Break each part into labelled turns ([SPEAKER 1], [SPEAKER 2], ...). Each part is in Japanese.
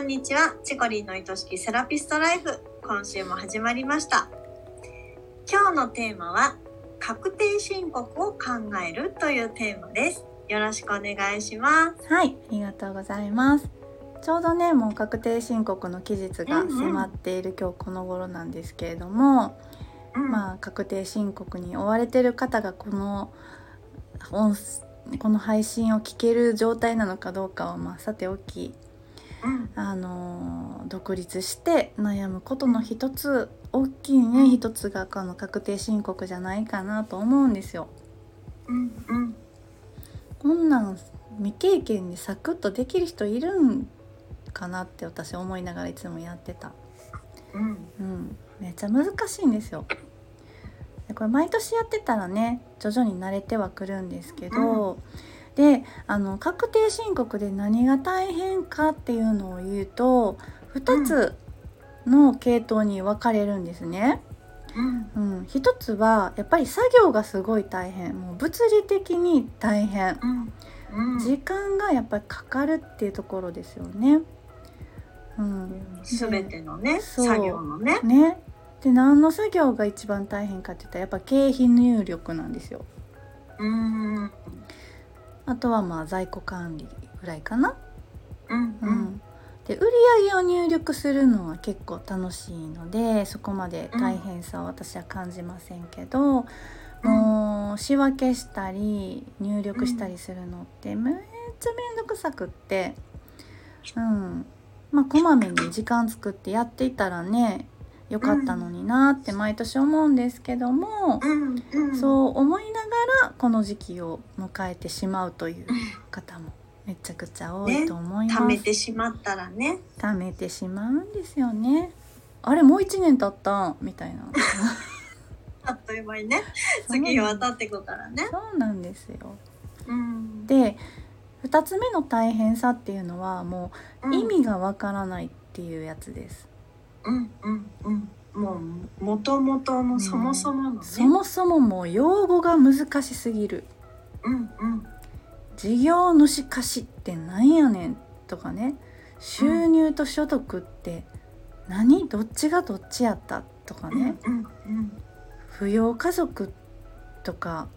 [SPEAKER 1] んにちは。チコリンの愛しきセラピストライフ。今週も始まりました。今日のテーマは、確定申告を考えるというテーマです。よろしくお願いします。
[SPEAKER 2] はい、ありがとうございます。ちょうどね、もう確定申告の期日が迫っている今日この頃なんですけれども、
[SPEAKER 1] うん
[SPEAKER 2] まあ確定申告に追われてる方がこの音この配信を聞ける状態なのかどうかはまあさておき、
[SPEAKER 1] うん
[SPEAKER 2] あのー独立して悩むことの一つ大きいね一つがこの確定申告じゃないかなと思うんですよ。
[SPEAKER 1] うんうん
[SPEAKER 2] こんなん未経験でサクッとできる人いるんかなって私思いながらいつもやってた、
[SPEAKER 1] うん
[SPEAKER 2] うん、めっちゃ難しいんですよでこれ毎年やってたらね徐々に慣れてはくるんですけど、であの確定申告で何が大変かっていうのを言うと2つの系統に分かれるんですね。
[SPEAKER 1] うん
[SPEAKER 2] うん、一つはやっぱり作業がすごい大変もう物理的に大変
[SPEAKER 1] うんうん
[SPEAKER 2] 時間がやっぱりかかるっていうところですよね。うん、
[SPEAKER 1] すべてのね、
[SPEAKER 2] そう
[SPEAKER 1] 作業のね。
[SPEAKER 2] でねで何の作業が一番大変かって言ったらやっぱ経費入力なんですよ。
[SPEAKER 1] うんうん
[SPEAKER 2] あとはまあ在庫管理ぐらいかな。
[SPEAKER 1] うん
[SPEAKER 2] う
[SPEAKER 1] うんん
[SPEAKER 2] で売り上げを入力するのは結構楽しいのでそこまで大変さは私は感じませんけど、もう仕分けしたり入力したりするのってめっちゃめんどくさくってうんまあこまめに時間作ってやっていたらねよかったのになって毎年思うんですけども、
[SPEAKER 1] うんうん
[SPEAKER 2] そう思いながらこの時期を迎えてしまうという方もめちゃくちゃ多いと思います。
[SPEAKER 1] 貯めてしまったらね。
[SPEAKER 2] 貯めてしまうんですよね。あれもう1年経ったみたいな。
[SPEAKER 1] あっという間にね、次は渡ってくからね。
[SPEAKER 2] そうなんですよ。
[SPEAKER 1] うん
[SPEAKER 2] で2つ目の大変さっていうのはもう意、味がわからないっていうやつです、
[SPEAKER 1] うんうんうんうん、もうもともとのそもそものね、
[SPEAKER 2] そもそももう用語が難しすぎる
[SPEAKER 1] うんうん
[SPEAKER 2] 事業主貸しってなんやねんとかね収入と所得って何どっちがどっちやったとかね、
[SPEAKER 1] うん
[SPEAKER 2] 扶養家族とか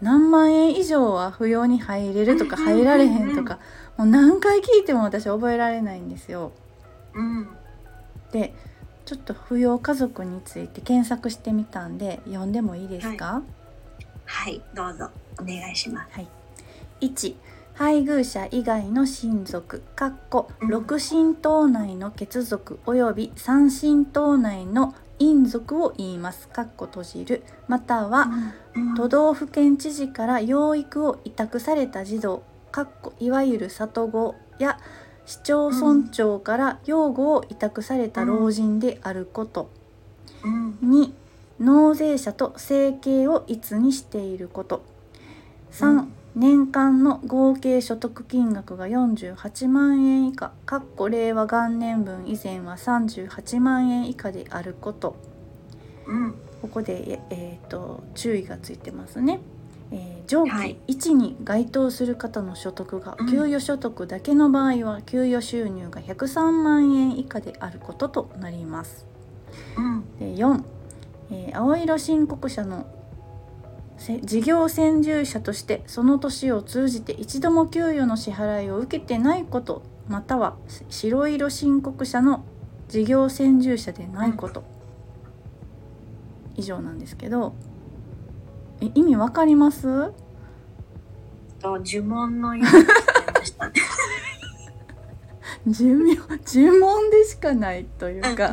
[SPEAKER 2] 何万円以上は扶養に入れるとか
[SPEAKER 1] うんうんうんうん
[SPEAKER 2] 入られへんとかもう何回聞いても私覚えられないんですよ。
[SPEAKER 1] うんうん
[SPEAKER 2] でちょっと扶養家族について検索してみたんで読んでもいいですか、
[SPEAKER 1] はいどうぞお願いします。
[SPEAKER 2] 1配偶者以外の親族かっこ
[SPEAKER 1] うん
[SPEAKER 2] 6親等内の血族および3親等内の姻族を言いますかっこ閉じるまたは
[SPEAKER 1] うん
[SPEAKER 2] 都道府県知事から養育を委託された児童かっこいわゆる里子や市町村長から養護を委託された老人であるこ
[SPEAKER 1] うん
[SPEAKER 2] と、2納税者と生計を一にしていること3、
[SPEAKER 1] うん
[SPEAKER 2] 年間の合計所得金額が48万円以下かっこ令和元年分以前は38万円以下であること
[SPEAKER 1] うん
[SPEAKER 2] ここで、ええーと注意がついてますね。えー上記
[SPEAKER 1] はい
[SPEAKER 2] 1に該当する方の所得が
[SPEAKER 1] うん
[SPEAKER 2] 給与所得だけの場合は給与収入が103万円以下であることとなります。
[SPEAKER 1] うん
[SPEAKER 2] で4、えー青色申告者のせ事業専従者としてその年を通じて一度も給与の支払いを受けてないことまたはし白色申告者の事業専従者でないこと、以上なんですけどえ意味わかります
[SPEAKER 1] と呪文のようにしてましたね。
[SPEAKER 2] 寿命呪文でしかないというか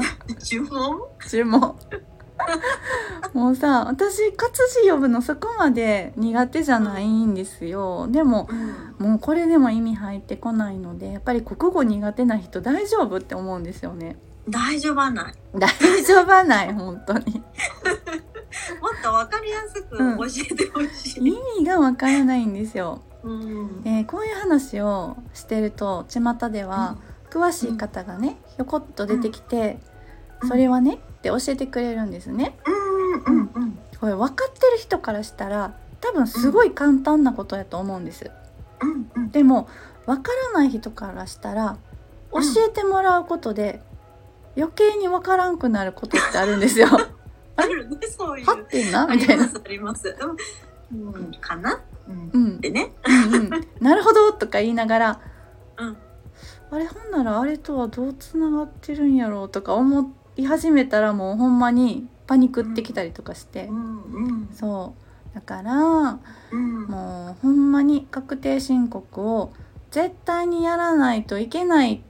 [SPEAKER 1] 呪文？
[SPEAKER 2] 注文 もうさ私活字読むのそこまで苦手じゃないんですよでも
[SPEAKER 1] うん
[SPEAKER 2] もうこれでも意味入ってこないのでやっぱり国語苦手な人大丈夫って思うんですよね
[SPEAKER 1] 大丈夫ない。
[SPEAKER 2] 大丈夫はない本当に
[SPEAKER 1] もっとわかりやすく
[SPEAKER 2] うん
[SPEAKER 1] 教えてほしい。
[SPEAKER 2] 意味がわからないんですよ、
[SPEAKER 1] うん
[SPEAKER 2] えこういう話をしてると巷では詳しい方がねひょこっと出てきて
[SPEAKER 1] うん
[SPEAKER 2] それはねって教えてくれるんですね
[SPEAKER 1] うんうんうん
[SPEAKER 2] これ分かってる人からしたら多分すごい簡単なことやと思うんです、
[SPEAKER 1] うんうん
[SPEAKER 2] でも分からない人からしたら教えてもらうことで余計にわからんくなることってあるんですよ。は
[SPEAKER 1] あるね、 そういう。
[SPEAKER 2] ってんな
[SPEAKER 1] あ
[SPEAKER 2] み
[SPEAKER 1] り
[SPEAKER 2] たい
[SPEAKER 1] ま
[SPEAKER 2] な。
[SPEAKER 1] す、あります。うん、うん、かな、うん
[SPEAKER 2] う、ん
[SPEAKER 1] でね、
[SPEAKER 2] うんうん、なるほどとか言いながら
[SPEAKER 1] うん、
[SPEAKER 2] あれほんならあれとはどうつながってるんやろうとか思い始めたらもうほんまにパニックってきたりとかして
[SPEAKER 1] う、ん、うん、
[SPEAKER 2] そうだから
[SPEAKER 1] うん、
[SPEAKER 2] もうほんまに確定申告を絶対にやらないといけない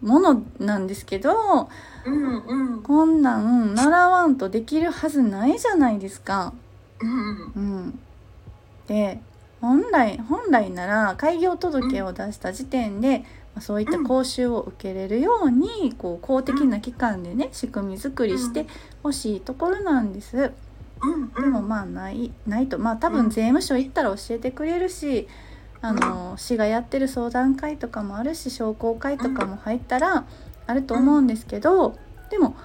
[SPEAKER 2] ものなんですけど
[SPEAKER 1] うん、うん、
[SPEAKER 2] こんなん習わんとできるはずないじゃないですか。
[SPEAKER 1] うん、
[SPEAKER 2] うん、で本来本来なら開業届を出した時点で、まあそういった講習を受けれるように、こう公的な機関でね仕組み作りしてほしいところなんです。
[SPEAKER 1] うん、
[SPEAKER 2] でもまあないないとまあ多分税務署行ったら教えてくれるし。あの市がやってる相談会とかもあるし商工会とかも入ったらあると思うんですけどでも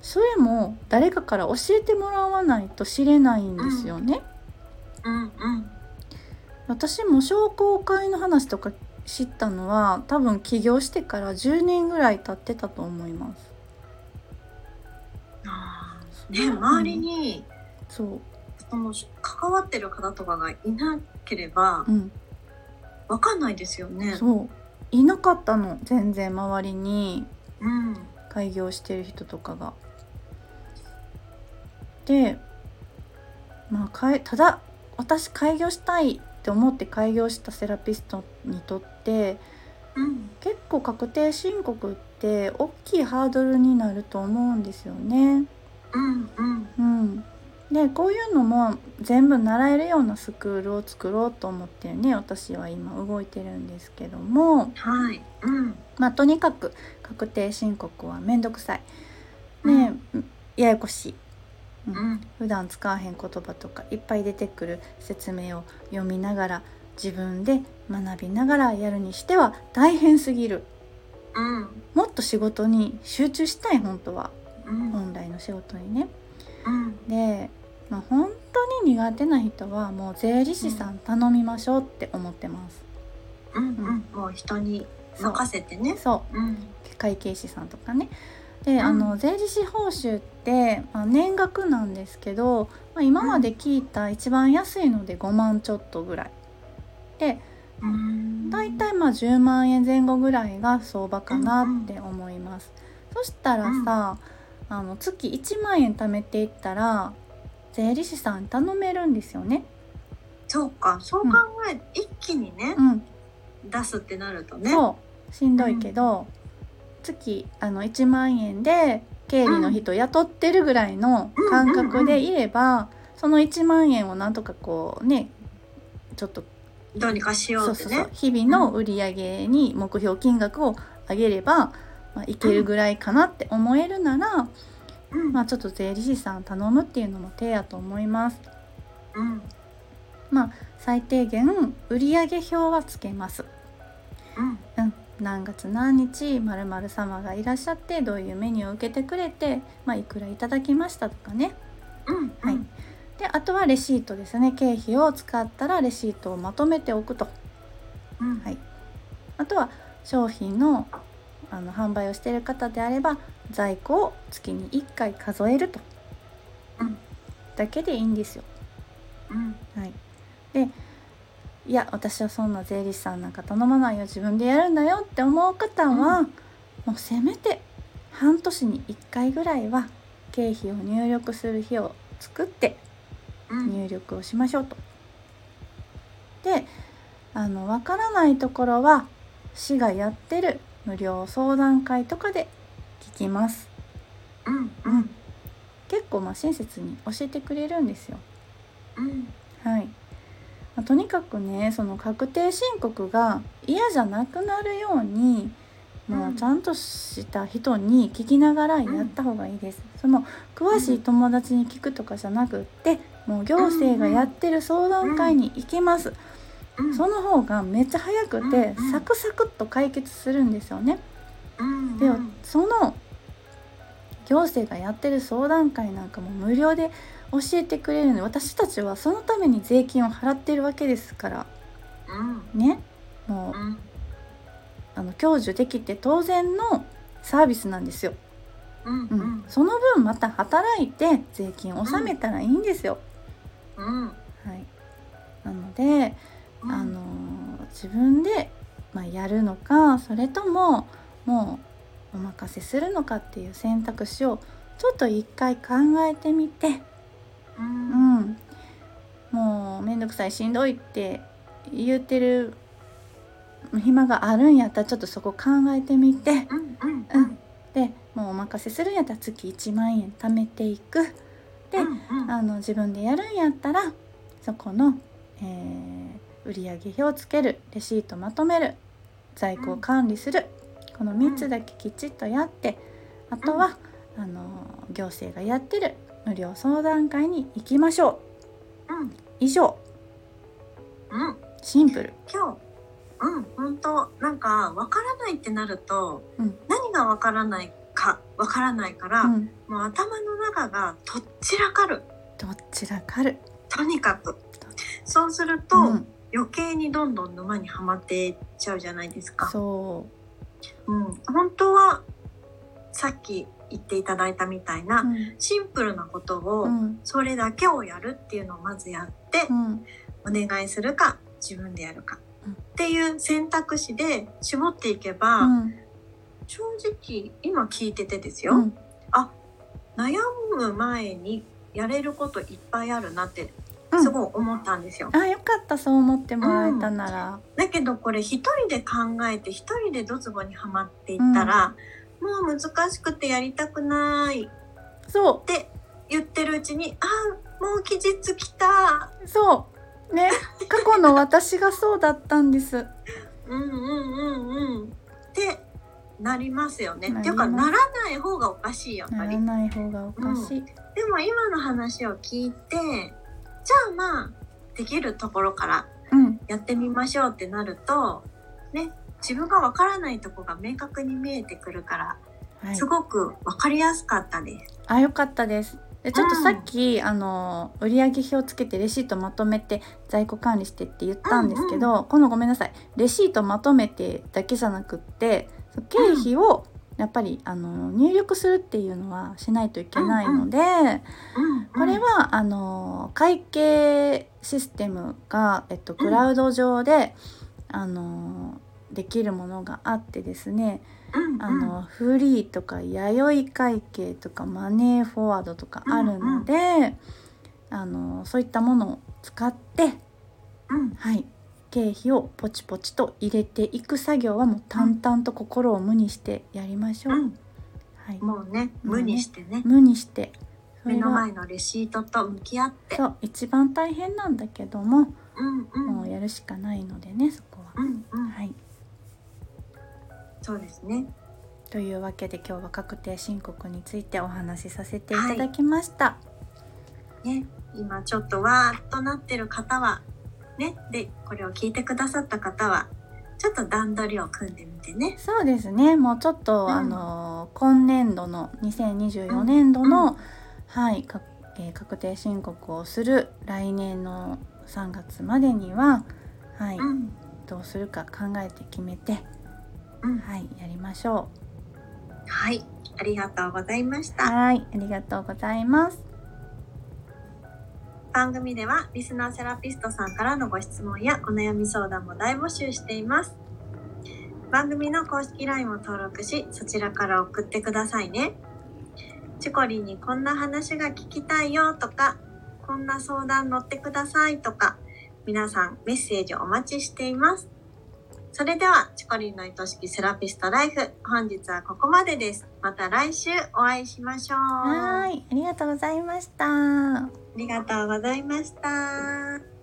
[SPEAKER 2] それも誰かから教えてもらわないと知れないんですよね。
[SPEAKER 1] うん、うん、
[SPEAKER 2] 私も商工会の話とか知ったのは多分起業してから10年ぐらい経ってたと思います。
[SPEAKER 1] あーね、周りに、
[SPEAKER 2] そう、
[SPEAKER 1] その関わってる方とかがいなければ
[SPEAKER 2] う、ん、
[SPEAKER 1] わかんないですよね。
[SPEAKER 2] そういなかったの全然周りに
[SPEAKER 1] うん、
[SPEAKER 2] 開業してる人とかが。でまあかいただ私開業したいって思って開業したセラピストにとって
[SPEAKER 1] うん、
[SPEAKER 2] 結構確定申告って大きいハードルになると思うんですよね。
[SPEAKER 1] うん、うん、
[SPEAKER 2] うん、でこういうのも全部習えるようなスクールを作ろうと思ってね私は今動いてるんですけども、
[SPEAKER 1] はい、うん、
[SPEAKER 2] まあ、とにかく確定申告は面倒くさい、ねややこしい
[SPEAKER 1] うん、
[SPEAKER 2] 普段使わへん言葉とかいっぱい出てくる説明を読みながら自分で学びながらやるにしては大変すぎる
[SPEAKER 1] うん、
[SPEAKER 2] もっと仕事に集中したい本当は
[SPEAKER 1] うん、うん、
[SPEAKER 2] 本来の仕事にね。
[SPEAKER 1] うん、
[SPEAKER 2] で、まあ、本当に苦手な人はもう税理士さん頼みましょうって思ってます。
[SPEAKER 1] うん、もう人に任せてね。
[SPEAKER 2] そう
[SPEAKER 1] うん、
[SPEAKER 2] 会計士さんとかね。で、
[SPEAKER 1] ん
[SPEAKER 2] あの税理士報酬って、まあ、年額なんですけど、まあ、今まで聞いた一番安いので5万ちょっとぐらい。で
[SPEAKER 1] うん、
[SPEAKER 2] 大体まあ10万円前後ぐらいが相場かなって思います。そしたらさあの月1万円貯めていったら税理士さんに頼めるんですよね。
[SPEAKER 1] そうか、そう考え、一気にね
[SPEAKER 2] う、ん、
[SPEAKER 1] 出すってなるとね。
[SPEAKER 2] そうしんどいけど、月あの1万円で経理の人雇ってるぐらいの感覚でいれば、その1万円をなんとかこうねちょっと
[SPEAKER 1] どうにかしよ
[SPEAKER 2] そうう
[SPEAKER 1] って
[SPEAKER 2] そう
[SPEAKER 1] ね
[SPEAKER 2] そう。日々の売り上げに目標金額を上げれば、まあ、いけるぐらいかなって思えるなら、
[SPEAKER 1] うん、
[SPEAKER 2] まあ、ちょっと税理士さん頼むっていうのも手やと思います。
[SPEAKER 1] うん、
[SPEAKER 2] 最低限売上表はつけます
[SPEAKER 1] うん、
[SPEAKER 2] うん、何月何日まる様がいらっしゃってどういうメニューを受けてくれて、まあ、いくらいただきましたとかね
[SPEAKER 1] うん、
[SPEAKER 2] はいであとはレシートですね経費を使ったらレシートをまとめておくと
[SPEAKER 1] うん、
[SPEAKER 2] はいあとは商品のあの販売をしている方であれば在庫を月に1回数えると、
[SPEAKER 1] うん
[SPEAKER 2] だけでいいんですよ。
[SPEAKER 1] うん、
[SPEAKER 2] はい、でいや私はそんな税理士さんなんか頼まないよ自分でやるんだよって思う方は、
[SPEAKER 1] う
[SPEAKER 2] もうせめて半年に1回ぐらいは経費を入力する日を作って
[SPEAKER 1] うん、
[SPEAKER 2] 入力をしましょうと。であの分からないところは市がやってる無料相談会とかで聞きます。
[SPEAKER 1] うん、うん、
[SPEAKER 2] 結構まあ親切に教えてくれるんですよ。
[SPEAKER 1] うん、
[SPEAKER 2] はい、まあとにかくねその確定申告が嫌じゃなくなるようにも
[SPEAKER 1] う
[SPEAKER 2] うんちゃんとした人に聞きながらやった方がいいです。その詳しい友達に聞くとかじゃなくってもう行政がやってる相談会に行きます。
[SPEAKER 1] うん、
[SPEAKER 2] その方がめっちゃ早くて
[SPEAKER 1] うん
[SPEAKER 2] サクサクっと解決するんですよね。
[SPEAKER 1] うん、
[SPEAKER 2] でその行政がやってる相談会なんかも無料で教えてくれるので私たちはそのために税金を払ってるわけですから
[SPEAKER 1] うん、
[SPEAKER 2] ねも
[SPEAKER 1] うん、
[SPEAKER 2] うあの享受できて当然のサービスなんですよ、
[SPEAKER 1] うん
[SPEAKER 2] う
[SPEAKER 1] うんん
[SPEAKER 2] その分また働いて税金を納めたらいいんですよ、
[SPEAKER 1] うん
[SPEAKER 2] はい、なので、
[SPEAKER 1] うん
[SPEAKER 2] あの自分で、まあ、やるのかそれとももうお任せするのかっていう選択肢をちょっと一回考えてみて、
[SPEAKER 1] う
[SPEAKER 2] うんん、もう面倒くさいしんどいって言ってる暇があるんやったらちょっとそこ考えてみて
[SPEAKER 1] うんうん
[SPEAKER 2] うんでもうお任せするんやったら月1万円貯めていく。で
[SPEAKER 1] うんうん
[SPEAKER 2] あの自分でやるんやったらそこの、えー売上表をつけるレシートまとめる在庫を管理する、この3つだけきちっとやってあとは、あの行政がやってる無料相談会に行きましょ
[SPEAKER 1] うん
[SPEAKER 2] う以上
[SPEAKER 1] うん
[SPEAKER 2] シンプル
[SPEAKER 1] 今日うん本当なんかわからないってなると、
[SPEAKER 2] うん
[SPEAKER 1] 何がわからないかわからないから、
[SPEAKER 2] うん、
[SPEAKER 1] もう頭の中がとっちらかる
[SPEAKER 2] どちらかる
[SPEAKER 1] とにかくそうすると、
[SPEAKER 2] うん、
[SPEAKER 1] 余計にどんどん沼にはまっていっちゃうじゃないですか。
[SPEAKER 2] そ、
[SPEAKER 1] うん、本当はさっき言っていただいたみたいうな、
[SPEAKER 2] うん
[SPEAKER 1] シンプルなことを、
[SPEAKER 2] うん
[SPEAKER 1] それだけをやるっていうのをまずやって
[SPEAKER 2] う、ん
[SPEAKER 1] お願いするか自分でやるか、
[SPEAKER 2] うん
[SPEAKER 1] っていう選択肢で絞っていけば、
[SPEAKER 2] うん
[SPEAKER 1] 正直今聞いててですよ、
[SPEAKER 2] うん
[SPEAKER 1] 悩む前にやれることいっぱいあるなって
[SPEAKER 2] うん
[SPEAKER 1] すごい思ったんですよ。
[SPEAKER 2] あよかったそう思ってもらえたなら、
[SPEAKER 1] だけどこれ一人で考えて一人でドツボにはまっていったら、もう難しくてやりたくない
[SPEAKER 2] そ
[SPEAKER 1] 言ってるうちにあーもう期日来た
[SPEAKER 2] うそ うね過去の私がそうだったんです
[SPEAKER 1] うんうんうんうんってなりますよね。
[SPEAKER 2] なり
[SPEAKER 1] っ
[SPEAKER 2] ます
[SPEAKER 1] ていうかならない方がおかしいやっ
[SPEAKER 2] な
[SPEAKER 1] ぱ
[SPEAKER 2] ら
[SPEAKER 1] り。
[SPEAKER 2] ない方がおかしい。
[SPEAKER 1] でも今の話を聞いてじゃあまあできるところから
[SPEAKER 2] うん、
[SPEAKER 1] やってみましょうってなるとね自分がわからないとこが明確に見えてくるから、
[SPEAKER 2] はい
[SPEAKER 1] す。ごくわかりやすかったです。
[SPEAKER 2] あ、よかったです。で、ちょっとさっき、あの売上表つけてレシートまとめて在庫管理してって言ったんですけど、このごめんなさい。レシートまとめてだけじゃなくって、その経費をやっぱりあの入力するっていうのはしないといけないので、
[SPEAKER 1] うんうん
[SPEAKER 2] これはあの会計システムが、えっと、クラウド上で、あのできるものがあってですね
[SPEAKER 1] うんうん
[SPEAKER 2] あのフリーとか弥生会計とかマネーフォワードとかあるので、あのそういったものを使って、
[SPEAKER 1] うん
[SPEAKER 2] はい、経費をポチポチと入れていく作業はもう淡々と心を無にしてやりましょう。
[SPEAKER 1] うん
[SPEAKER 2] はい、
[SPEAKER 1] もうね無にしてね
[SPEAKER 2] 無にしてそ
[SPEAKER 1] 目
[SPEAKER 2] れ
[SPEAKER 1] の
[SPEAKER 2] が
[SPEAKER 1] 前のレシートと向き合って
[SPEAKER 2] そう一番大変なんだけども、
[SPEAKER 1] うんう
[SPEAKER 2] もうんやるしかないのでねそこは。
[SPEAKER 1] うんうん
[SPEAKER 2] はい、
[SPEAKER 1] そうですね
[SPEAKER 2] というわけで今日は確定申告についてお話しさせていただきました。
[SPEAKER 1] ね今ちょっとわーっとなってる方はねでこれを聞いてくださった方はちょっと段取りを組んでみてね
[SPEAKER 2] そうですねもうちょっと、
[SPEAKER 1] うん
[SPEAKER 2] あの今年度の2024年度
[SPEAKER 1] う
[SPEAKER 2] の、
[SPEAKER 1] ん
[SPEAKER 2] はいか、えー確定申告をする来年の3月までには、はい
[SPEAKER 1] うん
[SPEAKER 2] どうするか考えて決めて、
[SPEAKER 1] うん
[SPEAKER 2] はい、やりましょう。
[SPEAKER 1] はいありがとうございました
[SPEAKER 2] はいありがとうございます。
[SPEAKER 1] 番組ではリスナーセラピストさんからのご質問やお悩み相談も大募集しています番組の公式 LINE を登録しそちらから送ってくださいねチコリンにこんな話が聞きたいよとかこんな相談乗ってくださいとか皆さんメッセージお待ちしていますそれではチコリンの愛しきセラピストライフ本日はここまでですまた来週お会いしましょう
[SPEAKER 2] は
[SPEAKER 1] あ
[SPEAKER 2] いありがとうございました。
[SPEAKER 1] りがとうございました